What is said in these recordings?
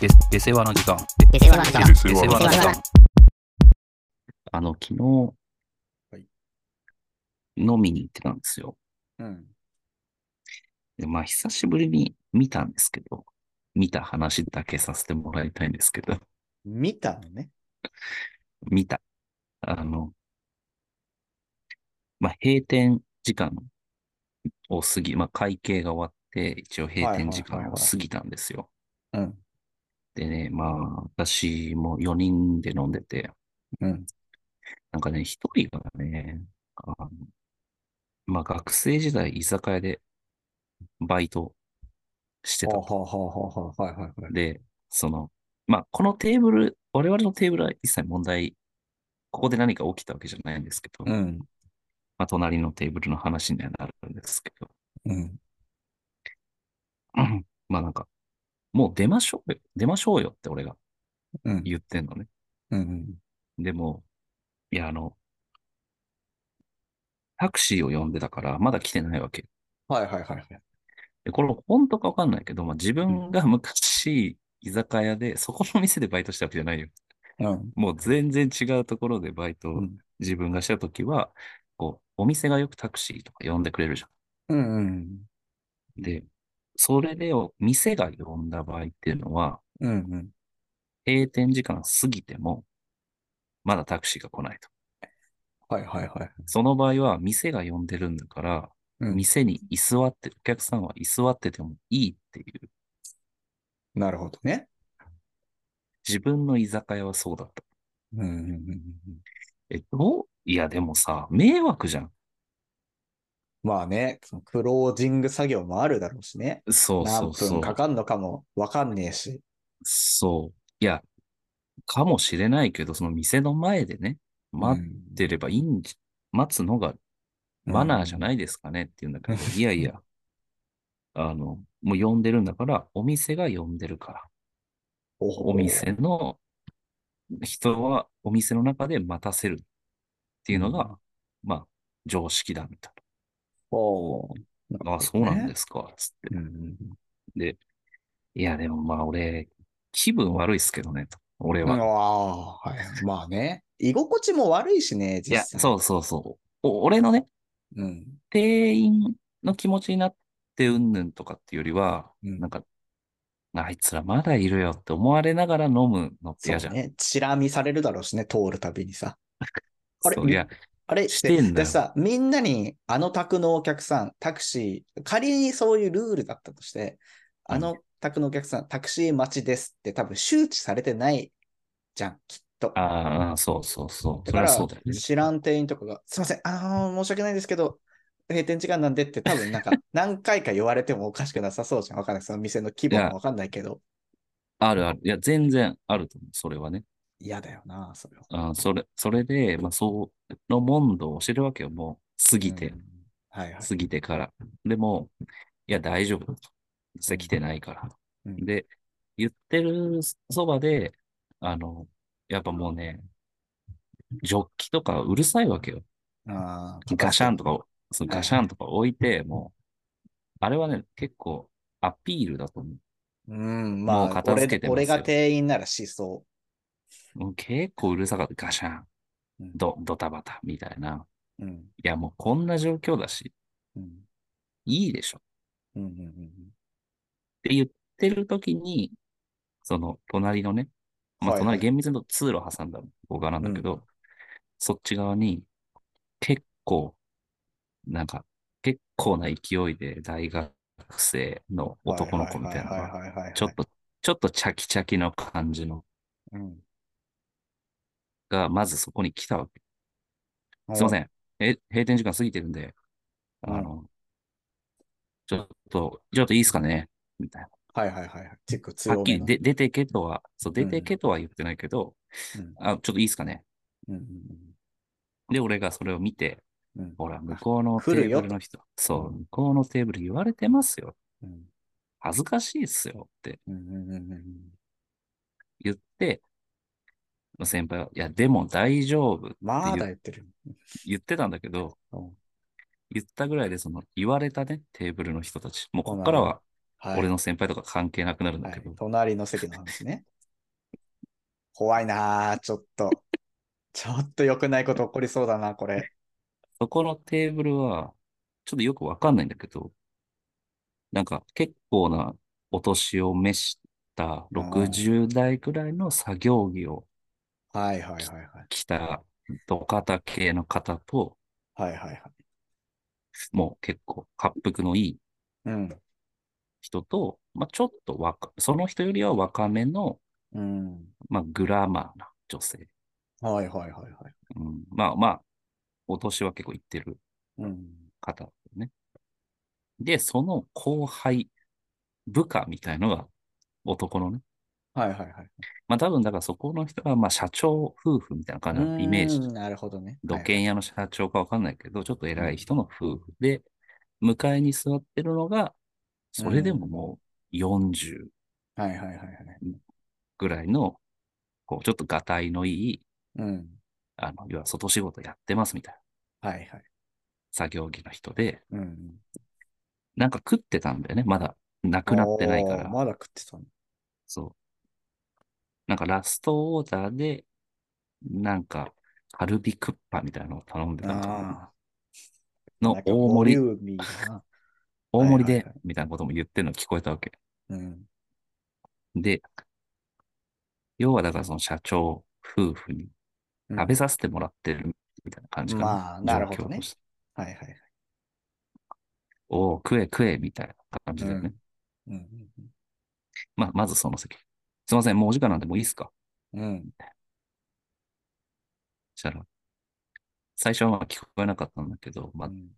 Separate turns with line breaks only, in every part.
で、で世話の時間。
出世話の時間
で
出
出
世話
世
の時間
話の時間。
あの、昨日、
はい
飲みに行ってたんですよ。
うん。
で、まあ、久しぶりに見たんですけど、見た話だけさせてもらいたいんですけど、
見たのね。
見た。あの、まあ、閉店時間を過ぎ、まあ、会計が終わって、一応閉店時間
はいはいはい
を
はい
過ぎたんですよ。
うん。
でね、まあ、私も4人で飲んでて、
うん。
なんかね、一人がね、あの、まあ学生時代居酒屋でバイトしてた
ほうほうほうほうほう。はいはいはい。
で、その、まあこのテーブル、我々のテーブルは一切問題、ここで何か起きたわけじゃないんですけど、
う
ま
ん。
あ隣のテーブルの話にはなるんですけど、
うん。
うんまあなんか、もう出ましょうよ、出ましょうよって俺が
うん。
言ってんのね。
うん。
でも、いや、あの、タクシーを呼んでたから、まだ来てないわけ。
はいはいはいはい。
で、これ本当かわかんないけど、まあ、自分が昔、居酒屋で、そこの店でバイトしたわけじゃないよ。
うん。
もう全然違うところでバイト
う
を
ん
自分がしたときは、こう、お店がよくタクシーとか呼んでくれるじゃ
うんうん。
ん。で、それでを、店が呼んだ場合っていうのは、
うんうん。
閉店時間過ぎても、まだタクシーが来ないと。
はいはいはい。
その場合は、店が呼んでるんだから、
うん。
店に居座って、お客さんは居座っててもいいっていう、
なるほどね。
自分の居酒屋はそうだった。
うんうんうんうん。
え、どういや、でもさ、迷惑じゃん。
まあね、そのクロージング作業もあるだろうしね。
そうそう
何
そ
分
う。
かかんのかもわかんねえし。
そう。いや、かもしれないけど、その店の前でね、待ってればいいんじ、待つのがマナーじゃ
ない
ないですかねって言うんだけど、いやいや、あの、もう呼んでるんだから、お店が呼んでるから、お
お
店の人はお店の中で待たせるっていうのが、まあ、常識だみたい
おー。
な。あ、そうなんですすか、つって。
うんうん
で、いや、でもまあ俺、気分悪いっすけどね、と。俺
うん。う
は。
わーはい。まあね。居心地も悪いしね、
い
実
や、
際。
そうそうそう。お俺のね、
う。うん。
店員の気持ちになってうんぬんとかっていうよりは、
うん
なんか、あいつらまだいるよって思われながら飲むのって
そう
嫌じゃん。
ね。チラ見されるだろうしね、通るたびにさ。あれ
そういや、
あれ
してんだよ
でさ、みんなに、あの宅のお客さん、タクシー、仮にそういうルールだったとして、あの宅のお客さん、タクシー待ちですって多分周知されてないじゃん、きっと。
ああ、そうそうそう。そ
だ
れ
か
は
ら
そうだよね。
知らん店員とかが、すいません、あのー申し訳ないですけど、閉店時間なんでって多分なん か何回か言われてもおかしくなさそうじゃん。わかんない。その店の規模
いや
もわかんないけど、
あるある。いや、全然あると思う。それはね。
嫌だよな、それは。
あーそれ、それで、まあ、そう、の問答を知るわけよ。もう、過ぎて
う。ん。はいはい。
過ぎてから。でも、いや、大丈夫。実際来てないから。
うん
で、言ってるそばで、あの、やっぱもうね、ジョッキとかうるさいわけよ。
あー
ガシャンとか、その
はい
ガシャンとか置いて、もう、あれはね、結構アピールだと思
うん、ま
もう
あ、
片付けてますよ。
俺俺が店員ならしそう
もう結構うるさかった。ガシャン、
う。うん、
ド、ドタバタみたいな。
うん。
いや、もうこんな状況だし、
うん。
いいでしょ。
うん。うんうん。
って言ってる時に、その隣のね、まあ、
はいはい
隣、厳密に言うと通路挟んだ方側なんだけど、そっち側に、結構、なんか、結構な勢いで大学生の男の子みたいなの
はいは
が、
いはいはいはい。
ちょっと、ちょっとチャキチャキの感じの
うん。
が、まずそこに来たわけ。すいませ
ん。
ん。え、閉店時間過ぎてるんで、
うん
あの、ちょっと、ちょっといいですかねみたいな。
はいはいはいはい。結構
はっ
強
き
め
り
の。
で出てけとは、そう、出て
う
けとは言ってないけど、
うん
あ、ちょっといいですかね。
うんうん
で、俺がそれを見て、
うんうん
ほら、向こうのテ
来る
ー
よ
ブルの人、そう、向こうのテーブル言われてますよ。
うん
恥ずかしいっすよって
うんうんうんうん
言って、先輩は、いや、でも大丈夫って
まだ
言
言ってる。
言ってたんだけど
うん、
言ったぐらいで、その、言われたね、テーブルの人たち。もう、
そ
こ
うな
っ
の
からは、
はい。
俺の先輩とか関係なくなるんだ
は
け
い
ど、、
隣の席の話ね。怖いなあちょっと。 ちょっと良くないこと起こりそうだな、これ。
そこのテーブルは、ちょっとよくわかんないんだけど、なんか結構なお年を召した60代くらいの作業着を
はいはいはいはい。
着た土方系の方と、
はいはいはい。
もう結構、恰幅のいい
うん。
人と、まあ、ちょっと若、その人よりは若めの、
うん。
まあ、グラマーな女性。
はいはいはいはい。
うん、まあまあ、お年は結構いってる
うん。
方だよね。で、その後輩、部下みたいのが男のね。
はいはいはい。
まあ多分だからそこの人がまあ社長夫婦みたいな感じのイメージ
うー。んなるほどね。
土
はい
建屋の社長かわかんないけど、ちょっと偉い人の夫婦で、向かいに座ってるのが、それでももう40
はいはいはいはい。
ぐらいの、こう、ちょっとがたいのいい、
うん。
あの、要は外仕事やってますみたいな
はいはい。
作業着の人で、
うん。
なんか食ってたんだよね。まだ、なくなってないか
おー
ら。
まだ食ってたの。
そう。なんかラストオーダーで、なんか、カルビクッパみたいなのを頼んでたのかな
ああ。
の大盛り、
なんかボリューミーだな。
大盛り
はい
で
はいは、
みたいなことも言ってるの聞こえたわけ。
うん。
で、要はだからその社長夫婦に
うん
食べさせてもらってるみたいな感じかな。
まあなるほど
状況
ね
として
はいはいはい。
おお、食え食えみたいな感じだよね。
うん。
まあ、まずその席。すいません、もうお時間なんでもういいですか
うん。うん。
そしたら、最初はまあ聞こえなかったんだけど、まあ
う、ん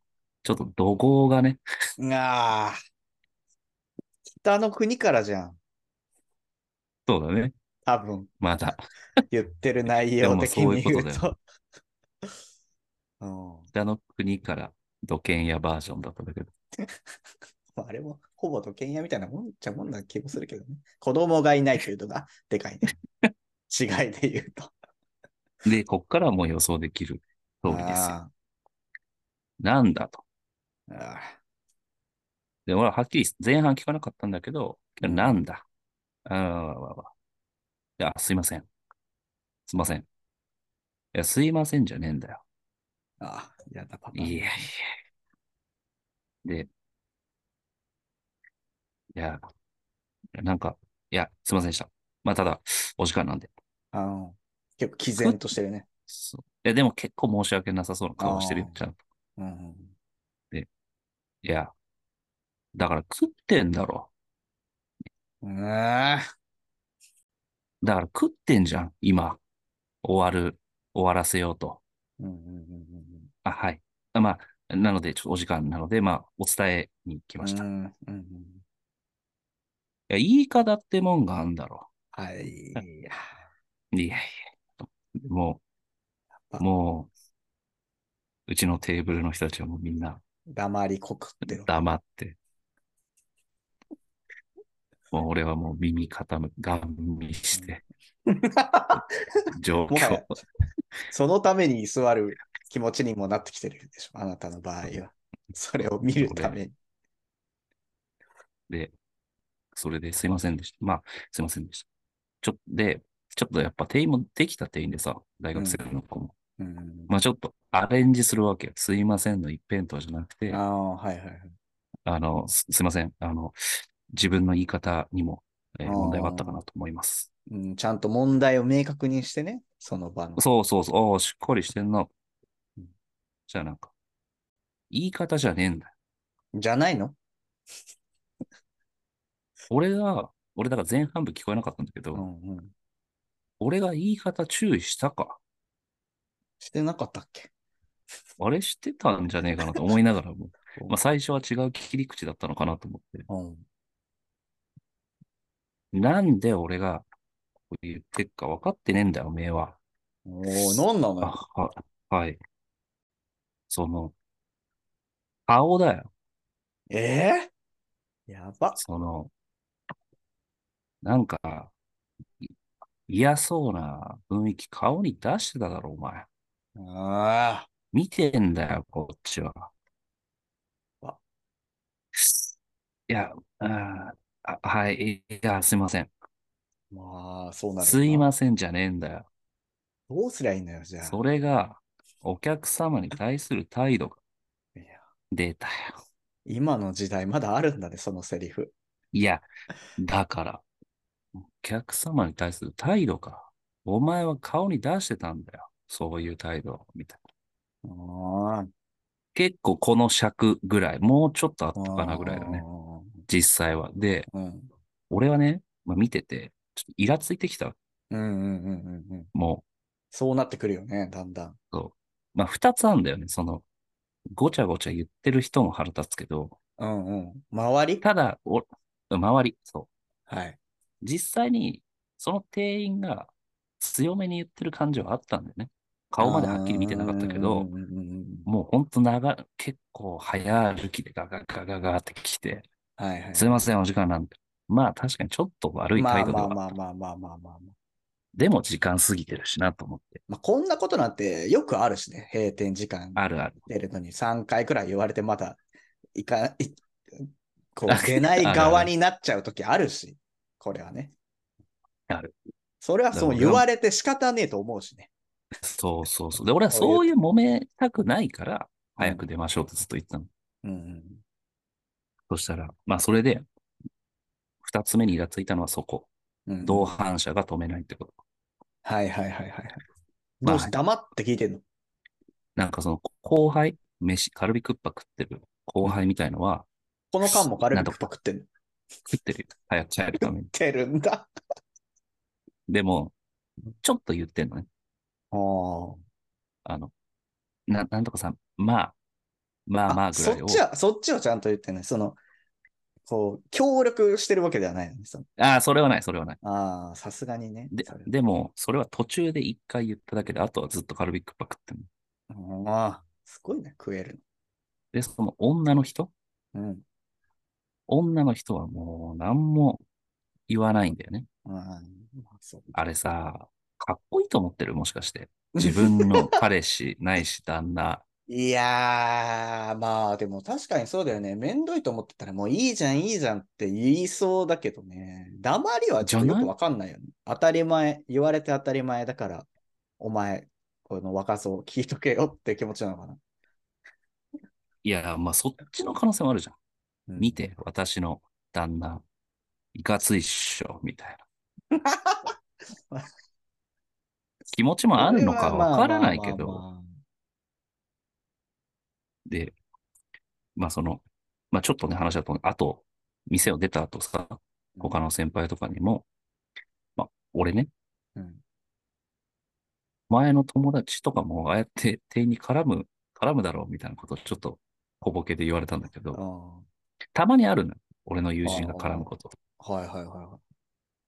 ちょっと怒号がね、
ああ。北の国からじゃん。
そうだね、
多分、
まだ。
言ってる内
で
容
も
的
そうい
に
うこと
言
だ
う
よね
と。 うん。
北の国から土建屋バージョンだったんだけど、
まあ、あれも、ほぼ土建屋みたいなもんちゃもんな気もするけどね。子供がいないというのが、でかい ね。違いで言うと。
で、こっからはもう予想できる通りですよ。
あ
なんだと。
ーあ
で、俺ははっきり前半聞かなかったんだけど、
うん
なんだ。あーわわわいや、すいません。すいません。いや、すいませんじゃねえんだよ。
ー。あーやだ、パパ。
いやいや。で、いや、なんか、いや、すいませんでした。まあ、ただ、お時間なんで。
あの結構、毅然としてるね。
そういや、でも結構申し訳なさそうな顔してるよ
あー
ちゃんと。
うんうん。
いや、だから食ってんだろ。
うわー
だから食ってんじゃん、今。終わる、終わらせようと。
うんうんうんうん
あ、はい。あまあ、なので、ちょっとお時間なので、まあ、お伝えに来
う
ました。い
んうんうん。
や、言い方ってもんがあんだろ。
はい。いや
いやいや。も
ぱ
う、もう、うちのテーブルの人たちはもうみんな
黙りこくってろ。
黙って。もう俺はもう耳傾む、ガン見して、 状
もは
況
や。そのために居座る気持ちにもなってきてるでしょ。あなたの場合は。それを見るために。
で、それですいませんでした。まあ、すいませんでした。ちょっと、で、ちょっとやっぱ店員もできた店員でさ、大学生の子も。
うん
まあちょっとアレンジするわけよ。すいませんの一辺倒じゃなくて、
あ
あ
あ、はいはいはい。
の、すすいません。あの、自分の言い方にも、えー
あー
問題はあったかなと思います。
うん、ちゃんと問題を明確にしてね、その場の。
そうそうそう。おーしっかりしてんな
うん。
じゃあなんか、言い方じゃねえんだよ。
じゃないの
俺が、俺だから前半部聞こえなかったんだけど、
うんうん。
俺が言い方注意したか。
してなかったっけ
あれしてたんじゃねえかなと思いながらも、まあ最初は違う切り口だったのかなと思って、
うん。
なんで俺がこう言ってっか分かってねえんだよ、おめえは。
おお、なんなのよ。
あ、は、はい。その、顔だよ。
ええやば。
その、なんか、い嫌そうな雰囲気顔に出してただろ、お前。
ああ。
見てんだよ、こっちは
わ。
いや、あー、あはい、いや、すいません。
まあ、そうなるよな
すいませんじゃねえんだよ。
どうすりゃいいのよ、じゃあ。
それが、お客様に対する態度が
いや
出たよ。
今の時代まだあるんだね、そのセリフ。
いや、だから、お客様に対する態度か。お前は顔に出してたんだよ。そういう態度、みたいな。
あ
結構この尺ぐらい、もうちょっとあった
あ。
かなぐらいだね。。実際は。で、
うん。
俺はね、まあ、見てて、ちょっとイラついてきた。
うんうんうんうんうん。
も
そうなってくるよね、だんだん。
う、まあ、二つあんだよね。その、ごちゃごちゃ言ってる人も腹立つけど、
うんうん。周り
ただ、お、周り、そう。
はい。
実際に、その店員が強めに言ってる感じはあったんだよね。顔まではっきり見てなかったけど
うん、うんうんうんうん
もうほんと長、結構早歩きでガガガガガって来て、
はいはい。
すいません、お時間なんで。まあ確かにちょっと悪い
ま
態
あ
度で
ま
はあ
あ
った。
まあまあまあまあまあまあ。
でも時間過ぎてるしなと思って。
まあ、こんなことなんてよくあるしね、閉店時間
あるある。
出るのに3回くらい言われてまだいか、いこ
あ
う出ない
あるある
側になっちゃうときあるし、これはね。
ある。
それはそう
だから
言われて仕方ねえと思うしね。
そうそうそう。で、俺は
そういう
そういう揉めたくないから、早く出ましょうってずっと言ってたの。
うんうん。
そしたら、まあそれで、二つ目にイラついたのはそこ。
うんうん
同伴者が止めないってこと。
はいはいはいはいはい。
ま
ど
あ
うして黙って聞いてんの
なんかその後輩、飯、カルビクッパ食ってる後輩みたいのは、
この間もカルビクッパ食ってんの食っ
食ってるよ。早く帰るために。
てるんだ。
でも、ちょっと言ってんのね。
あー
あの、な、なんとかさん、まあ、まあまあぐ
そ
ら
っ
いを。
ちは、そっちをちゃんと言ってない。その、こう、協力してるわけではないのね。その
ああ、それはない、それはない。
ああ、さすがにね。
で
それ、
でも、それは途中で一回言っただけで、あとはずっとカルビクッパ食ってる。
うんああ、すごいね、食える
で、その女の人
の。うん。
女の人はもう何も言わないんだよね。
うんまあ、そう
あれさ、かっこいいと思ってるもしかして。自分 の彼氏、ないし旦那。
いやー、まあでも確かにそうだよね。めんどいと思ってたらもういいじゃん、いいじゃんって言いそうだけどね。黙りはちょっとよくわかんないよね。当たり前、言われて当たり前だから、お前、この若そう聞いとけよって気持ちなのかな。
いや、まあそっちの可能性もあるじゃん。
うん
見て、私の旦那、いかついっしょ、みたい な。気持ちもあるのかわからないけ
それはまあまあ
ど、
まあまあ
で、まあその、まあちょっとね話だと思う、あと、店を出た後さ、他の先輩とかにも、まあ俺ね、
うん
前の友達とかもああやって店員に絡む、絡むだろうみたいなことをちょっと小ボケで言われたんだけど、たまにあるのよ。俺の友人が絡むこと。
あーはいはいはいは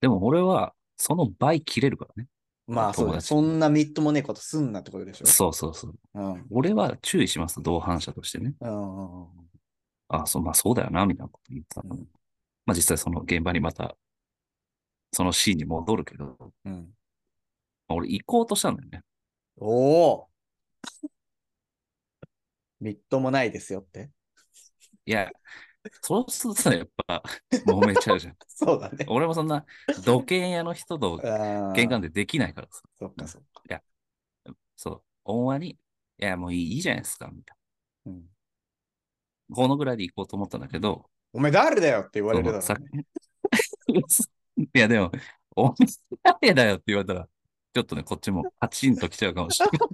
でも俺は、その倍切れるからね。
い。まあそ
友
うだね。
達
そんなみっともねえことすんなってことでしょ。
そうそうそう。
うん。うん
俺は注意します、同伴者としてね。
うんうん。
あ、そう、まあそうだよな、みたいなこと言ってたの。
うん
まあ実際その現場にまた、そのシーンに戻るけど、ま
うん。
あ俺行こうとしたんだよね。
おおみっともないですよって。
いや、そうするとやっぱ、揉めちゃうじゃ ん。
そうだね。
俺もそんな、土建屋の人と
玄
玄関でできないからさ。
そっかそっか。
そう、恩和に、いや、もういいじゃないですか、みたい
うん
な。このぐらいで行こうと思ったんだけど、
お前誰だよって言わ
そ
れるだろ
の
う
さ
ね。
いや、でも、お前誰だよって言われたら、ちょっとね、こっちもパチンと来ちゃうかもし れない。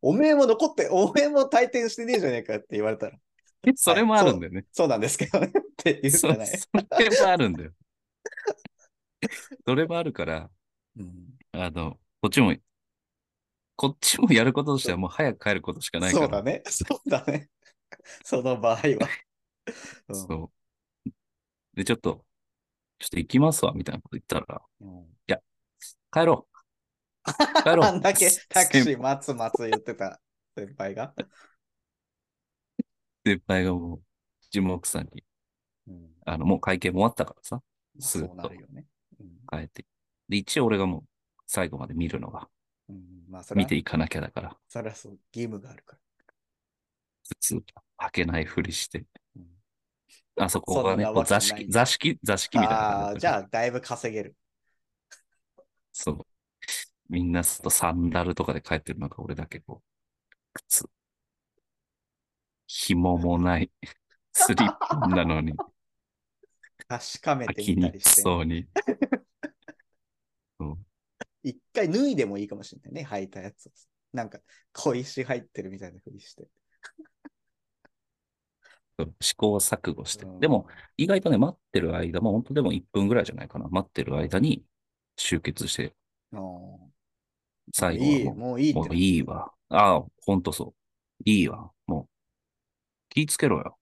おめえも残って、おめえも退店してねえじゃねえかって言われたら。
それもあるんだよね。
そうなんですけどねって言うし
そう
かない。
それもあるんだよ。それもあるから、
うん
あの、こっちも、こっちもやることとしてはもう早く帰ることしかないか
そ
ら。
うだね。そうだね。その場合は。 うん
そう。で、ちょっと、ちょっと行きますわ、みたいなこと言ったら、
うん
帰ろう。帰ろう。
あん だけタクシ
先
ー待つ待つ言ってた先輩が。
先輩がもう、地元さんに、
うん
あの、もう会計も終わったからさ、スーッ
そ
と
うなるよね。うん
帰って。で、一応俺がもう、最後まで見るのが、
うんまあ、それ
見
は
て、いかなきゃだから、
それはそう、義務があるから。
普通、履けないふりして
うん、
あそこがね、
そん
こ
なわ
う
けない
座敷、座敷、座敷みたいな
あ
感
あ、
じ
じ
だっ
ゃ
た
あ、だいぶ稼げる。
そう。みんなちょっとサンダルとかで帰ってるのか、俺だけこう、靴。紐もない、スリッパなの に、
確かめて
気
みた
に
り
く
して。
そうに。そう
一回脱いでもいいかもしれないね、履いたやつを。なんか、小石入ってるみたいなふりして。
そう試行錯誤して
う。ん
でも、、意外とね、待ってる間も、本当でも1分ぐらいじゃないかな。待ってる間に集結して、
あーもう
最後
いい、
はも、
もういいうっ
も
て
う。いいわ。ああ、ほんとそう。いいわ。もう、気ぃつけろよ。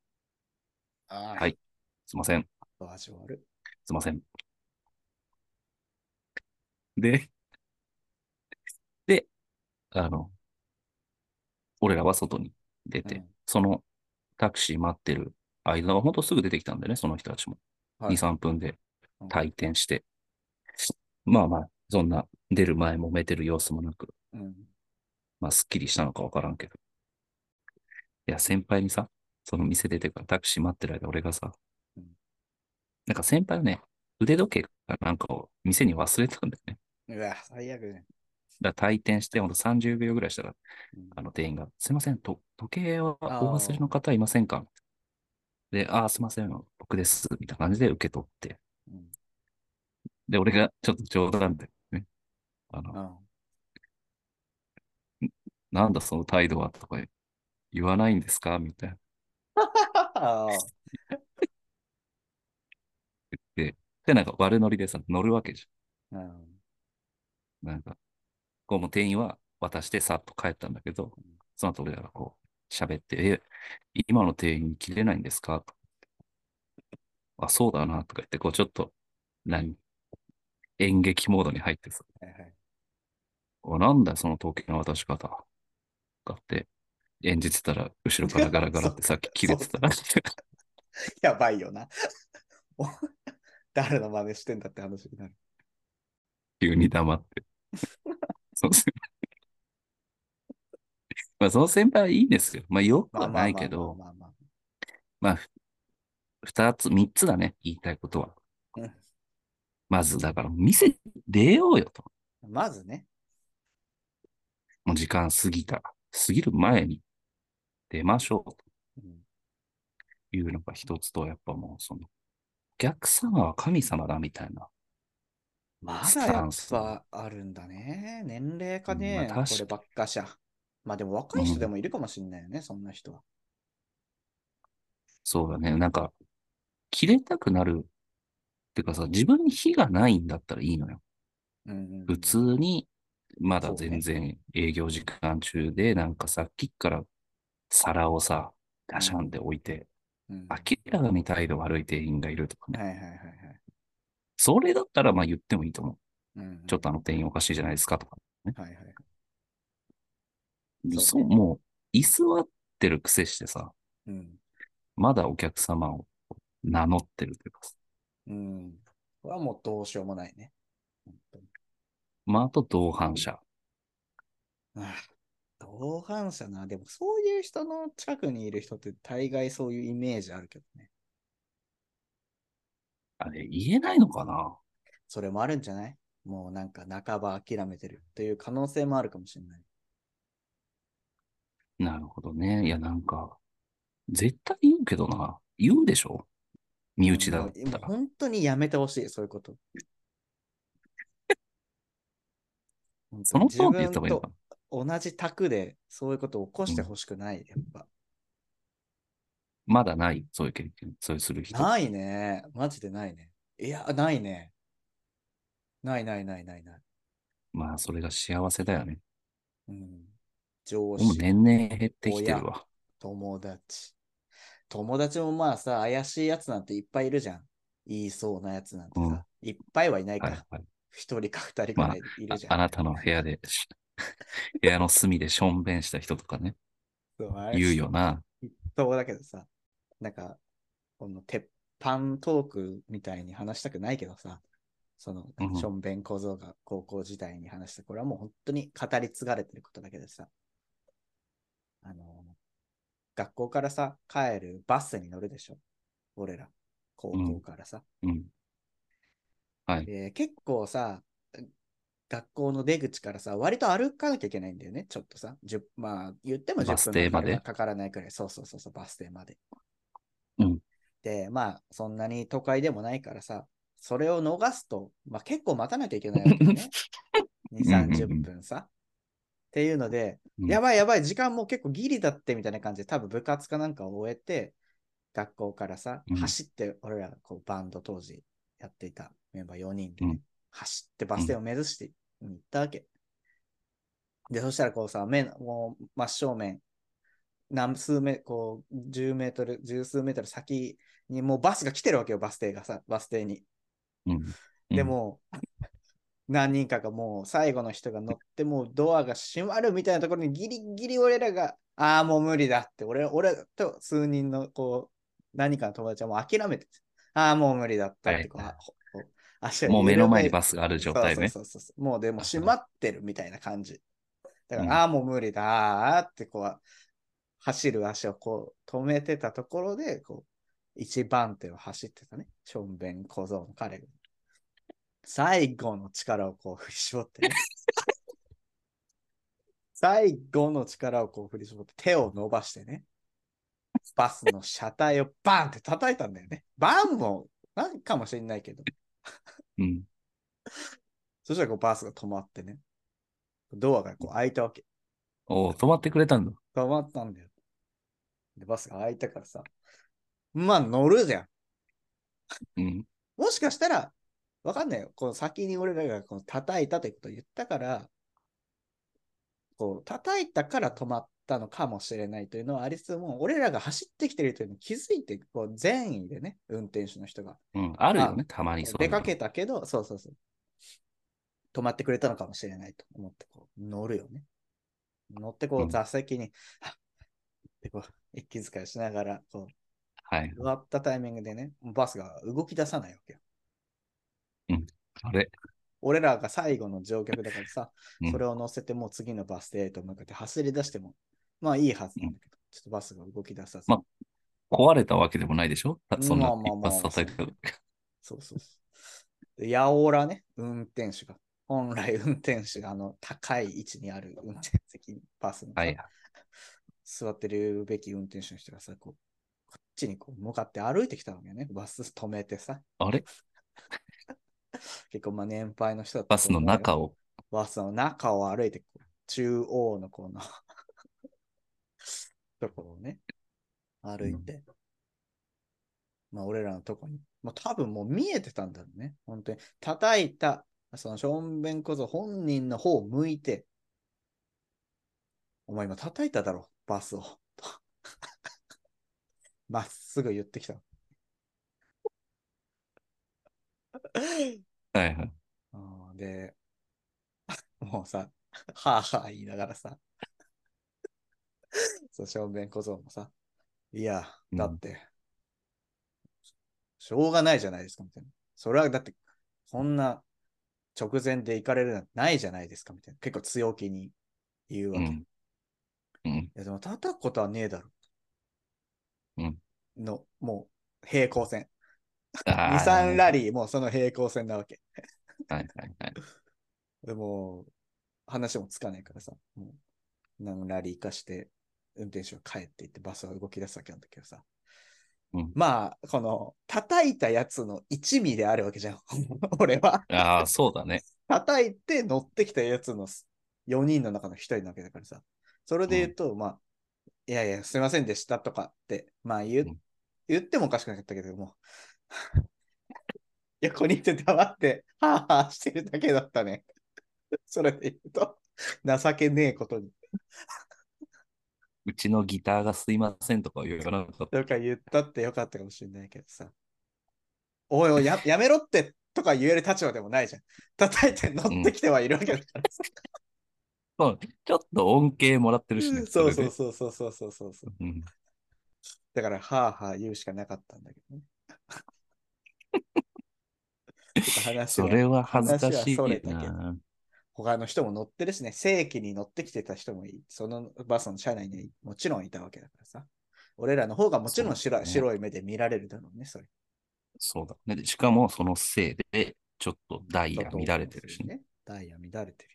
あー
はいすいません。
後味悪い。
すいません。で、で、あの、俺らは外に出て、
うん
そのタクシー待ってる間は、ほんとすぐ出てきたんだよね、その人たちも。
はい
2、3分で
うん
退店して。まあまあ、そんな出る前もめてる様子もなく、
うん。
まあ、すっきりしたのかわからんけど。いや、先輩にさ、その店出てからタクシー待ってる間、俺がさ
うん、
なんか先輩はね、腕時計かなんかを店に忘れたんだよね。
うわ、最悪じゃん。
だから退店して、ほんと30秒ぐらいしたら、
うん
あの店員が、すいません、と時計は
あー
お忘れの方いませんかで、ああ、すいません、僕です、みたいな感じで受け取って。
うん
で、俺がちょっと冗談で、ね、あの、
うん
なんだその態度はとか言わないんですかみたいな。
あー
で、なんか悪ノリでさ、乗るわけじ
うん
ゃん。なんか、こうもう店員は渡してさっと帰ったんだけど、その後俺らがこう喋って、え、今の店員に切れないんですかとあ、そうだな、とか言って、こうちょっと、何演劇モードに入ってさ、
はいはい
おなんだよその時計の渡し方。とかって演じてたら、後ろからガラガラってさっき切れてたら、
やばいよな。 お誰の真似してんだって話になる。
急に黙 って。そうですね。まあ、その先輩はいいんですよ。まあ、よく
ま
は
あまあ
ない
ま
け
あまあ
ど、
まあまあ。
まあ、ふ二つ、三つだね、言いたいことは
うん。
まず、だから、店出ようよと。
まずね。
もう時間過ぎた。過ぎる前に出ましょう
うん
というのが一つと、やっぱもう、その、お客様は神様だみたいな。
ま
ス
だ
タ
やっ
ンス
ぱあるんだね。年齢か
まあ
ね、
確かに
こればっかしゃ。まあでも若い人でもいるかもしれないよね、そんな人は。
そうだね。なんか、切れたくなる。ってかさ、自分に非がないんだったらいいのよ。
うんうんうん
普通に、まだ
そう
全
ね
然営業時間中で、なんかさっきから皿をさ、ガシャンって置いて、
うんは
明らかに態度悪い店員がいるとか
い
ね。
はいはいはい。
それだったらまあ言ってもいいと思
うんうん
う。ちょっとあの店員おかしいじゃないですかとか。
はいはい。
そう
そうね
もう、居座ってる癖してさ、
うん。
まだお客様を名乗ってるというかさ、
うん。これはもうどうしようもないね。本当に
まああと同伴者。
ああ同伴者な。でもそういう人の近くにいる人って大概そういうイメージあるけどね。
あれ、言えないのかな
それもあるんじゃないもうなんか半ば諦めてるという可能性もあるかもしれない。
なるほどね。いや、なんか、絶対言うけどな。言うでしょ身内だっ
うんも
た
う
ら。
本当にやめてほしい、そういうこと。
そのトーンで言った方がいいのか
自分と同じ卓でそういうことを起こしてほしくない、やっぱ。
なまだない、そういう経験、そういうする人。
ないね。マジでないね。いや、ないね。ないないないないない。
まあ、それが幸せだよね。
うん、上
もう
司、
年々減ってきてるわ。
友達。友達もまあさ、怪しいやつなんていっぱいいるじゃん。言いそうなやつなんてさ、いっぱいはいない
は
か
い
ら。
はい
一、人か二人くらいい
あ
るじゃん。
あなたの部屋で、 部屋の隅でしょんべんした人とかね、
そうあれ
言うよな。
そうだけどさ、なんか、この鉄板トークみたいに話したくないけどさ、その、
うん
ションベン小僧が高校時代に話した、これはもう本当に語り継がれてることだけどさ、あの、学校からさ、帰るバスに乗るでしょ。俺ら、高校からさ。
うん。はい。
で結構さ、学校の出口からさ、割と歩かなきゃいけないんだよね、ちょっとさ。10まあ、言っても10分
バス停まで
かかるかからないくらい。そうそうそうそう、バス停まで。
うん
で、まあ、そんなに都会でもないからさ、それを逃すと、まあ結構待たなきゃいけないわけ よね。2、30分さ。っていうので、
うん
やばいやばい、時間もう結構ギリだってみたいな感じで、多分部活かなんかを終えて、学校からさ
う、ん
走って、俺らこうバンド当時やっていたメンバー4人でね、
うん
走ってバス停を目指して行ったわけ。で、そしたらこうさ、目の、もう真正面、何数メ、こう、10メートル、十数メートル先にもうバスが来てるわけよ、バス停がさ、バス停に。
うん。
でも、何人かがもう最後の人が乗って、もうドアが閉まるみたいなところにギリギリ俺らが、ああ、もう無理だって、俺、俺と数人のこう、何かの友達はもう諦めて、ああ、もう無理だったってこう、
はい
ほほ足を
もう目の前に
緩め
バスがある状態ね。
そうそうそうそう。もうでも閉まってるみたいな感 じ。だから、
うん
ああ、もう無理だーってこう、走る足をこう止めてたところで、こう、一番手を走ってたね。ションベン小僧の彼が。最後の力をこう振り絞って ね。最後の力をこう振り絞って手を伸ばしてね。バスの車体をバンって叩いたんだよね。バンもなんかもしれないけど。
うん。
そしたらこうバスが止まってね。ドアがこう開いたわけ。
おー止まってくれたんだ。
止まったんだよ。で、バスが開いたからさ。まあ乗るじゃん。
うん。
もしかしたら、わかんないよ。この先に俺らがこう叩いたということを言ったから、こう叩いたから止まったのかもしれないというのはありつつも、俺らが走ってきてるというのに気づいて、こう善意でね、運転手の人が。
うん。あるよね、たまにそうい
出
うの
かけたけど、そうそうそう。止まってくれたのかもしれないと思って、こう、乗るよね。乗って、こ
う
う、
ん
座席に、はっってこう、息遣いしながら、こ
はい。
う、座ったタイミングでね、バスが動き出さないわけよ。
あれ
俺らが最後の乗客だからさ
う、ん
それを乗せて、もう次のバス停へと向かって走り出しても、まあいいはずなんだけど、ちょっとバスが動き出さず。
まあ壊れたわけでもないでしょたそんな
まあまあ
一
まあ
発叩く。
そうそうそう。でやおらね、運転手が。本来運転手があの高い位置にある運転席に、バスにさ
はい。
座ってるべき運転手の人がさ、こう、こっちにこう向かって歩いてきたわけよね。バス止めてさ、
あれ
結構まあ年配の人だった
バ
と
ス
思
の
うよ
中を。
バスの中を歩いて、こう中央のこの ところをね、歩いて、まあ俺らのとこに、もう多分もう見えてたんだろうね、本当に。叩いた、そのションベンこそ本人の方を向いて、お前今叩いただろ、バスを。 とまっすぐ言ってきた。
はいはい。
うんで、 もうさ、はあはあ言いながらさ、 そう、小便小僧もさ、いや、
うん
だって、しょうがないじゃないですか、みたいな。それはだって、こんな直前で行かれるなんてないじゃないですか、みたいな。結構強気に言うわ
う
け。
ん。うん
い。や、でも叩くことはねえだろ。
うん
の、もう、平行線。
あ
2、
ー
3ラリー、もうその平行線なわけ。
はいはいはい。
でも、話もつかないからさ、もう、なんラリー化して、運転手は帰っていって、バスは動き出すわけなんだけどさ。
うん
まあ、この、叩いたやつの一味であるわけじゃん。 俺は。
ああ、そうだね。
叩いて乗ってきたやつの4人の中の1人なわけだからさ。それで言うと、まあ、いやいや、すいませんでしたとかって、まあ言,、う
うん
言ってもおかしくなかったけども、 横にいて黙って、はあはあしてるだけだったね。それで言うと、情けねえことに、
うちのギターがすいませんとか言わなかった。
とか言ったってよかったかもしれないけどさ。おいおいや、やめろってとか言える立場でもないじゃん。叩いて乗ってきてはいるわけだからさ。
ちょっと恩恵もらってるしね。
そう
れ
そう
で
そうそうそうそうそうそう。
うん。
だから、はあはあ言うしかなかったんだけどね。 ちょっと話
そ
は
れは恥ずかし
話はそれ
い
たけど
な。
他の人も乗ってるしね、正規に乗ってきてた人もいそのバスの車内にもちろんいたわけだからさ。俺らの方がもちろん白,、
そうですね
白い目で見られるだろうね、それ。
そうだね。でしかも、そのせいで、ちょっとダイヤ乱れてるしね。
ね。ダイヤ乱れてるよ。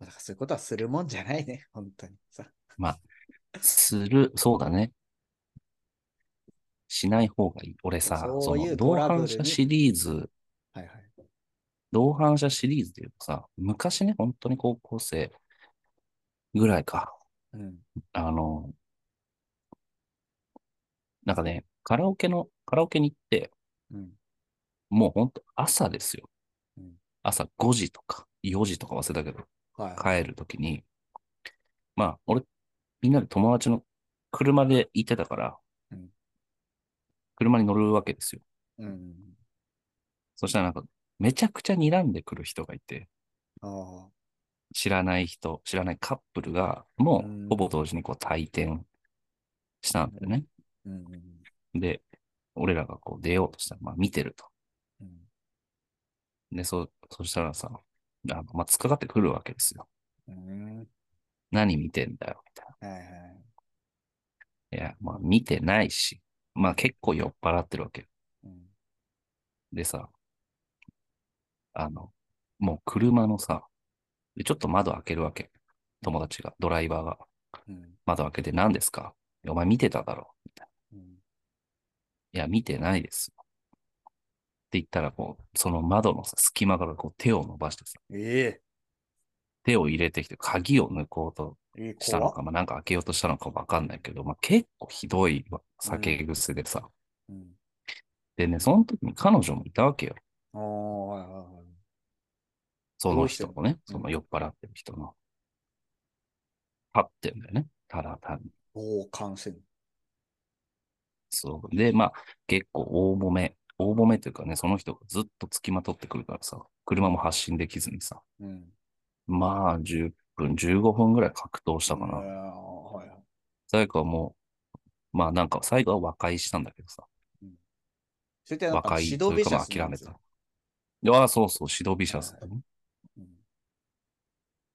まあだからそういうことはするもんじゃないね、本当にさ。
する、そうだね。しない方がいい。俺さ、
そ
そう
いう
の、
ト
同
ラブルに
伴者シリーズ、
はいはい。
同伴者シリーズで言うとさ、昔ね、本当に高校生ぐらいか。
うん。
あの、なんかね、カラオケの、カラオケに行って、
うん。
もう本当朝ですよ
うん。
朝5時とか、4時とか忘れたけど、
はいはい。
帰るときに、まあ、俺、みんなで友達の車で行ってたから
うん、
車に乗るわけですよ。
うん。
そしたらなんか、めちゃくちゃ睨んでくる人がいて、
あ
知らない人、知らないカップルが、も
う
うんほぼ同時にこう退店したんだよね。
あ。うん。
で、俺らがこう出ようとしたら、まあ見てると。
うん。
で、そ、そしたらさ、あのまあ、突っかかってくるわけですよ。
うん。うん
何見てんだよ、みたい
はいはい。
な。いや、まあ見てないし、まあ結構酔っ払ってるわけよ。
うん。
でさ、あの、もう車のさ、でちょっと窓開けるわけ。友達が、ドライバーが
うん。
窓開けて何ですかお前見てただろみたいな。
うん。
いや、見てないですよ。って言ったら、こう、その窓のさ、隙間からこう手を伸ばしてさ、
え
手を入れてきて、鍵を抜こうと
えええ
したの
怖っ
か、まあ、なんか開けようとしたのかわかんないけど、まあ、結構ひどいわ酒癖でさ、
うん。
でね、その時に彼女もいたわけよ。
ああ、はいはいはい。
その人もね、
うん
その酔っ払ってる人の。立ってんだよね。ただ単に。
おお、感染。
そう。で、まあ、結構大揉め。大揉めというかね、その人がずっと付きまとってくるからさ、車も発進できずにさ、
うん。
まあ、10分、15分ぐらい格闘したか
う
な。
んああはいはい。
最後はもう、まあなんか最後は和解したんだけどさ、
それってなん
和
か
解
指
と
導
いう
ビ
か
シ
ま
ャ
あ
ス
諦
のや
め
つ
た。でああ、そうそう、シドビシャスだね。
うん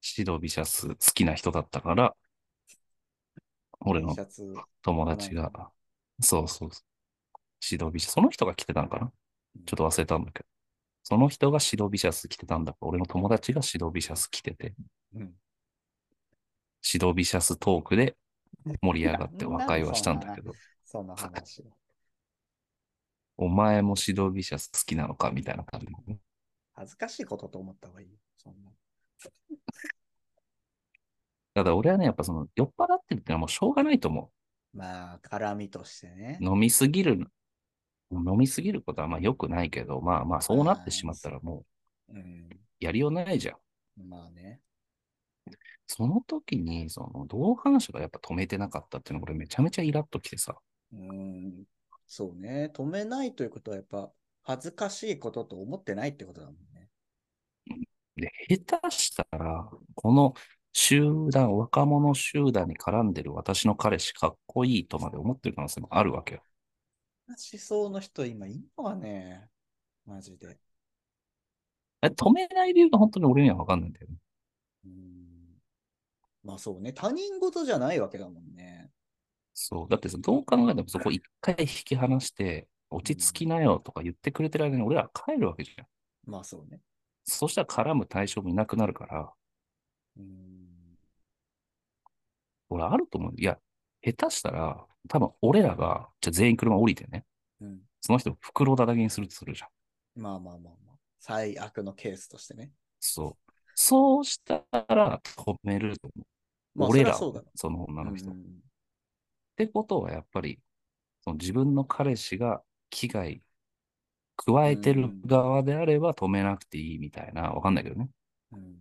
シドビシャス好きな人だったから、俺
T
の
シャツ。
友達
な
が
んか、
そうそうそう、シドビシャス、その人が来てたんかな
うん
ちょっと忘れたんだけど。その人がシドビシャス着てたんだか、俺の友達がシドビシャス着てて、
うん
シドビシャストークで盛り上がって和解はしたんだけど、
そんな話を。
お前もシドビシャス好きなのかみたいな感じでね。
恥ずかしいことと思った方がいいよ。そんな。
ただ俺はね、やっぱその酔っ払ってるってのはもうしょうがないと思
まあ、絡みとしてね
う。。飲みすぎる、飲みすぎることはまあ良くないけど、まあまあそうなってしまったらも
うん。
うやりようないじゃん。
まあね。
その時に、その同伴者がやっぱ止めてなかったっていうのが俺めちゃめちゃイラっときてさ、
うん。そうね。止めないということは、やっぱ、恥ずかしいことと思ってないってことだもんね。
で、下手したら、この集団、若者集団に絡んでる私の彼氏かっこいいとまで思ってる可能性もあるわけよ。
思想の人、今、いいのはね。マジで。
え止めない理由が本当に俺にはわかんないんだよね。
うん。まあそうね。他人事じゃないわけだもんね。
そう。だってさ、どう考えてもそこ一回引き離して、落ち着きなよとか言ってくれてる間に俺ら帰るわけじゃん。
まあそうね。
そしたら絡む対象もいなくなるから、
うん。
俺あると思う。いや、下手したら、多分俺らが、じゃあ全員車降りてね、
うん。
その人を袋叩きにするとするじゃん。
まあまあまあまあ。最悪のケースとしてね。
そう。そうしたら止めると思う。
まあ、
俺
そりゃ
ら
そ
を
うだろ
その女の人。
う
っ
ん
てことはやっぱり、その自分の彼氏が危害加えてる側であれば止めなくていいみたいな、わかんないけどね。
うん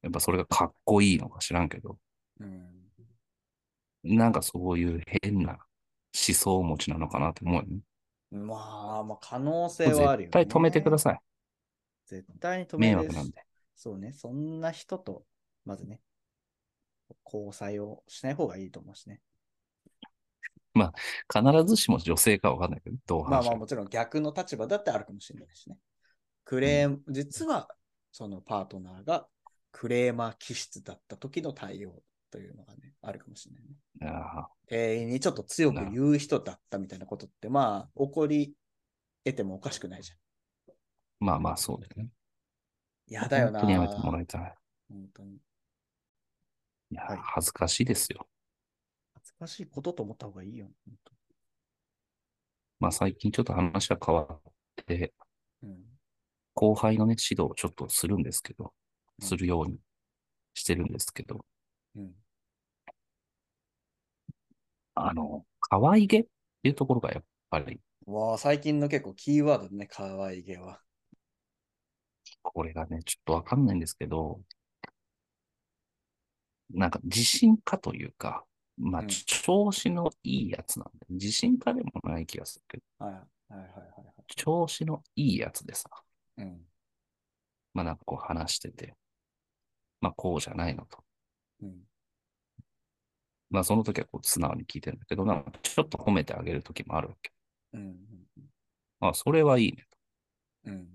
やっぱそれがかっこいいのか知らんけど、
うん
なんかそういう変な思想持ちなのかなって思うよね。
まあ、まあ、可能性はあるよ、ね。
絶対止めてくだ
さ
さい。
い。絶対に止め
迷
る
惑なんで。
そうね。そんな人と、まずね、交際をしない方がいいと思うしね。
必ずしも女性かわかんないけど、同
まあ
伴者
まあ、もちろん逆の立場だってあるかもしれないしね。クレーム、実は、そのパートナーがクレーマー気質だった時の対応というのがね、あるかもしれないね。
あ
店員にちょっと強く言う人だったみたいなことって、まあ、起こり得てもおかしくないじゃん。
ーまあまあ、そうだよね。
やだよな。
本当にやめてもらいたい。
本当に。
いや、
はい
恥ずかしいですよ。
恥ずかしいことと思った方がいいよ。本
まあ最近ちょっと話は変わって、
当うん。
後輩のね、指導をちょっとするんですけど、
うん
するようにしてるんですけど、
うん。
あの、可愛げっていうところがやっぱり、
うわあ、最近の結構キーワードだね、可愛げは。
これがね、ちょっとわかんないんですけど、なんか自信家というか、まあ、
うん
調子のいいやつなんで、自信家でもない気がするけど、
はいはいはいはい
調子のいいやつでさ、
はい。うん。
まあなんかこう話してて、まあこうじゃないのと。
うん。
まあその時はこう素直に聞いてるんだけど、なんかちょっと褒めてあげる時もあるわけ。
うん。
あ、それはいいね。
うん。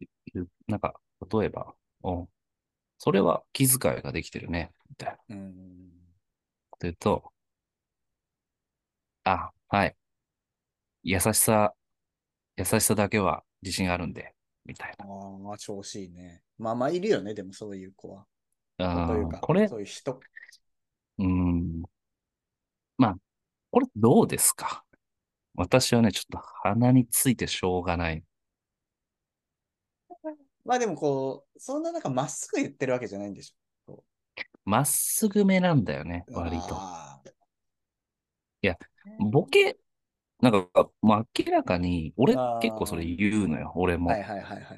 いうなんか、例えば、おそれは気遣いができてるね。みたいなこ
うん。うん。
と言うと、あ、はい。優しさ、優しさだけは自信あるんで、みたいな。
ああ、調子いいね。まあまあ、いるよね、でもそういう子は。
あ
という
ー
か、
これ
そ、ういう人。
うん。まあ、これどうですか私はね、ちょっと鼻についてしょうがない。
まあでもこう、そんななんかまっすぐ言ってるわけじゃないんでし
まっすぐめなんだよね、
ょ。
割と。
あー
ボケ、なんか、まあ、明らかに、俺
あー
結構それ言うのよ、俺も。
はいはいはいはいは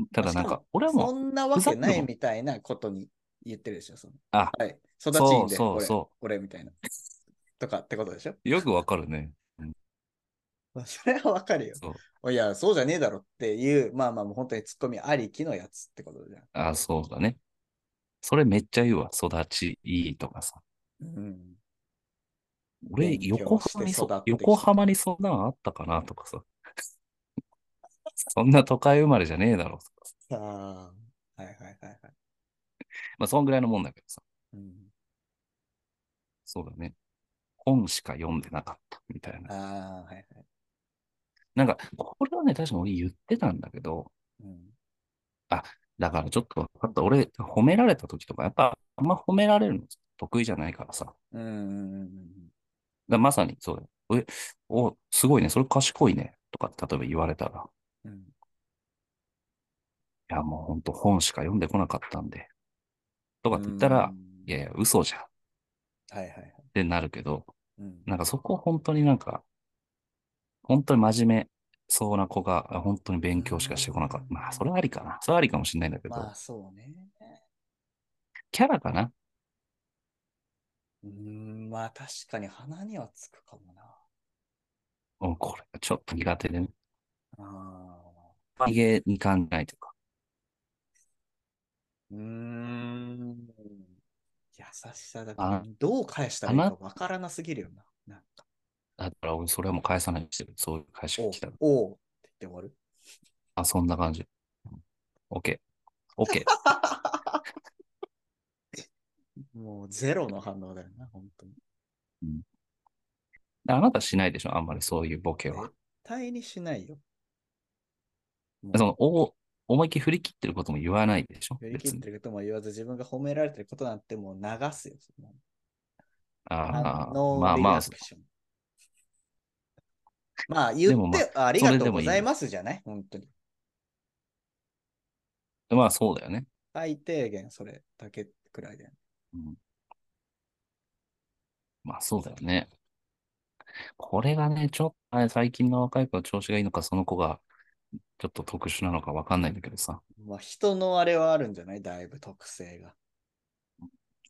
い。
ただなん
し
か
かも、
俺は
そ
もう、
んなわけな
ふざけ
い
んな
みたいなことに言ってるでしょ。その
あ、
はい。育ちいい
そ
ん
う
で、
そうそ
俺、俺みたいな。とかってことでしょ。
う。よくわかるね。
まあそれはわかるよ。
そう。
おいや、そうじゃねえだろっていう、まあまあもう本当にツッコミありきのやつってことじゃん。
あ、そうだね。それめっちゃ言うわ。育ちいいとかさ。
うん。
俺、
勉強
横浜に
して育
そ
ってきた、
横浜にそんなのあったかなとかさ。そんな都会生まれじゃねえだろとかさ。
さあ、はいはいはいはい。
まあ、そんぐらいのもんだけどさ。
うん、
そうだね。本しか読んでなかったみたいな。
ああ、はいはい。
なんか、これはね、確か俺言ってたんだけど、
うん、
だからちょっと分かった。俺、褒められた時とか、やっぱ、あんま褒められるの得意じゃないからさ。だか
うん、うんうん
らまさにそうだよ。え、お、すごいね。それ賢いね。とか、例えば言われたら、
うん、うん。
いや、もうほんと本しか読んでこなかったんで。とかって言ったら、
うん、
いやいや、嘘じゃん。っ
はいはいはい。
てなるけど、
うん、
なんかそこ本当になんか、本当に真面目そうな子が、あ本当に勉強しかしてこなかった。まあ、それはありかな。それはありかもしれないんだけど、
まあそうね。
キャラかな。
うん、まあ確かに鼻にはつくかもな。
うんこれがちょっと苦手でね。
ああ。
逃げに考えというか。
うーん。優しさだ
あ
から、どう返したらいいかわからなすぎるよな。なんか、
だから俺それはもう返さないようにしてる。そういう返し
お
が
う
来たら。、
おうって言って終わる。
あ、そんな感じ。OK。OK。
もうゼロの反応だよな、本当に。
あなたしないでしょあんまりそういうボケは
絶。対にしないよ。
その、お、思いっきり振り切ってることも言わないでしょ
振り切
別
っ
に。
てることも言わず、自分が褒められてることなんてもう流すよ。
ああ、
ノ
まあ
ー
ま
リア
あ、
ク
そ
ションまあ、言
でも
っ
まあ
て、あ、りが
それ
と
で
う
も
ご
いい
ざいますじゃない本当に。
まあそうだよね。
最低限それだけくらいで。
うんまあそうだよね。これがね、ちょっとね、最近の若い子は調子がいいのか、その子がちょっと特殊なのかわかんないんだけどさ。
まあ、人のあれはあるんじゃないだいぶ特性が。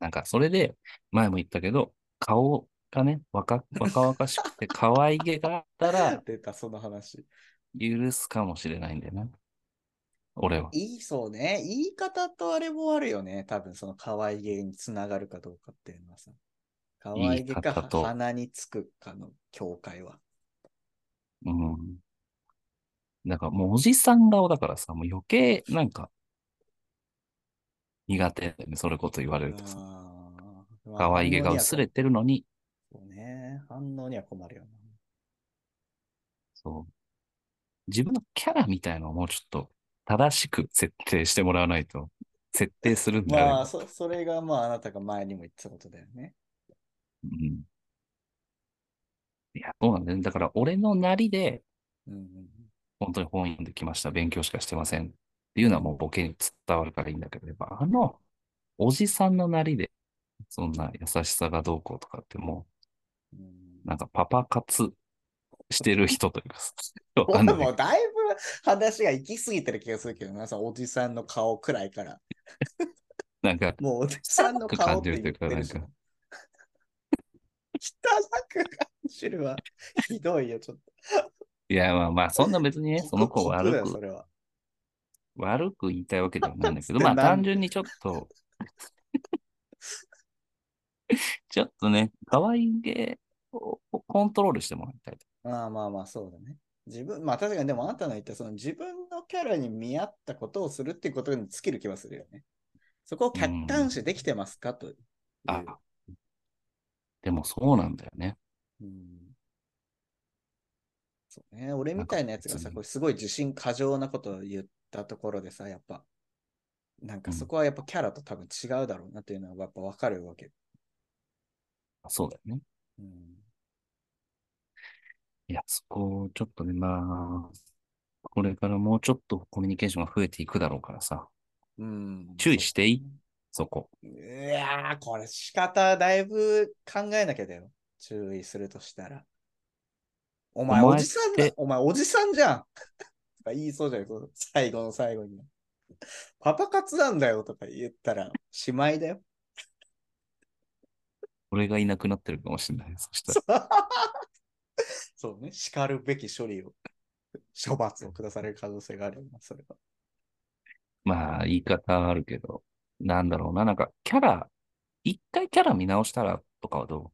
なんか、それで、前も言ったけど、顔がね、若、若々しくて可愛げがあったら、
出た、その話。
許すかもしれないんだよね。俺は。
いい、そうね。言い方とあれもあるよね。多分、その可愛げにつながるかどうかっていうのはさ。可愛げ
言い
か
方と
鼻につくかの境界は。
うん。なんかもうおじさん顔だからさ、もう余計なんか、苦手だよね。それこと言われるとさ。
あー
可愛げが薄れてるのに、
そうね。反応には困るよな。
そう。自分のキャラみたいのをもうちょっと正しく設定してもらわないと、設定するんだよ、
まあ、そ、それがまあ、あなたが前にも言ってたことだよね。
うん。いや、そうなんだよね。だから、俺のなりで、
うんうん。
本当に本読んできました。勉強しかしてません。っていうのはもうボケに伝わるからいいんだけど、やっぱあの、おじさんのなりで、そんな優しさがどうこうとかっても
うん
う、なんかパパ活してる人というか さ、わかんない
もうだいぶ話が行き過ぎてる気がするけどな、そのおじさんの顔くらいから。
なんか、
もうおじさんの顔って言ってるし。汚
汚
く感じるわ。ひどいよ、ちょっと。
いや、まあまあ、そんな別にね、その子を
聞く
悪
よそ
く、
れは。
悪く言いたいわけではないんだけ ど、
つって
まあ
なん
単純にちょっと、 ちょっとね、可愛げをコントロールしてもらいたい。
まあまあまあ、そうだね。自分、まあ確かに、でもあなたの言った、その自分のキャラに見合ったことをするっていうことに尽きる気はするよね。そこを客観視できてますかという。
あ、でもそうなんだよね。
うんそうね、俺みたいなやつが
な
さ、
んか別に
これすごい自信過剰なことを言ったところでさ、やっぱ、なんかそこはやっぱキャラと多分違うだろうなっていうのはやっぱ分かるわけ。
そうだよね。
うん、
いや、そこをちょっとね、まあ、これからもうちょっとコミュニケーションが増えていくだろうからさ、
うん、
注意していそこ。
いやー、これ仕方だいぶ考えなきゃだよ。注意するとしたら。お前
お
お
前
じさん
っ
だ
て、
お前おじさんじゃんとか言いそうじゃないこの最後の最後に。パパ活なんだよとか言ったら、しまいだよ。
俺がいなくなってるかもしれない。そしたら
そうそうね、叱るべき処理を、 処罰を下される可能性があるよな、それは。
まあ、言い方はあるけど、なんだろうな、なんか、キャラ、一回キャラ見直したらとかはど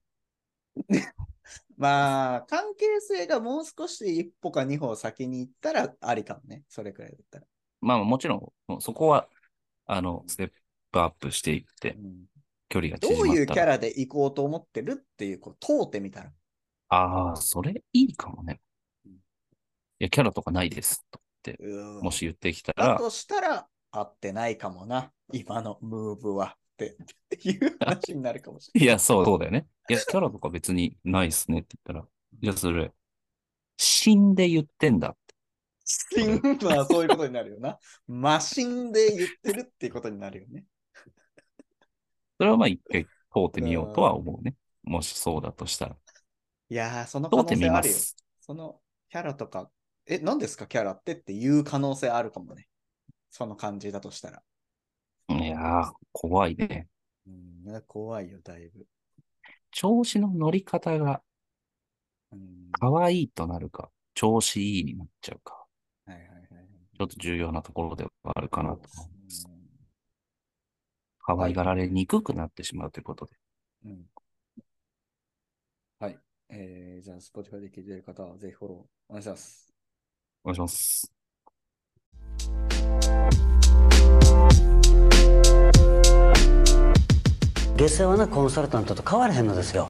まあ、関係性がもう少し一歩か二歩先に行ったらありかもね、それくらいだったら。
うまあ、もちろん、そこは、あの、ステップアップしていって
う、ん
距離が
ど
縮まったら。
ういうキャラで行こうと思ってるっていう、こう、通ってみたら。
ああ、それいいかもね。
うん
いや、キャラとかないです。
うーん
もし言ってきた
だ
ら、
としたら、合ってないかもな、今のムーブは。っていう話になるかもしれない
いや、そう、そうだよね。いや、キャラとか別にないっすねって言ったら、じゃあそれ、死んで言ってんだ。
シンはそういうことになるよな。マシンで言ってるっていうことになるよね。
それはまあ一回通ってみようとは思うね。もしそうだとしたら。
いやー、その可
通っ
能
てみ
性あ
ま
るよ。
す。
そのキャラとか、え、何ですかキャラってっていう可能性あるかもね。その感じだとしたら。
いやー、怖いね。
うん、怖いよ、だいぶ。
調子の乗り方が
うん、
可愛いとなるか、調子いいになっちゃうか、
はいはいはいはい。
ちょっと重要なところではあるかなと。
そうですね
可愛がられにくくなってしまうということで。
うんはい。えー、じゃあ、Spotify で聞いてる方はぜひフォローお願いします。
お願いします。
下世話なコンサルタントと変わらへんのですよ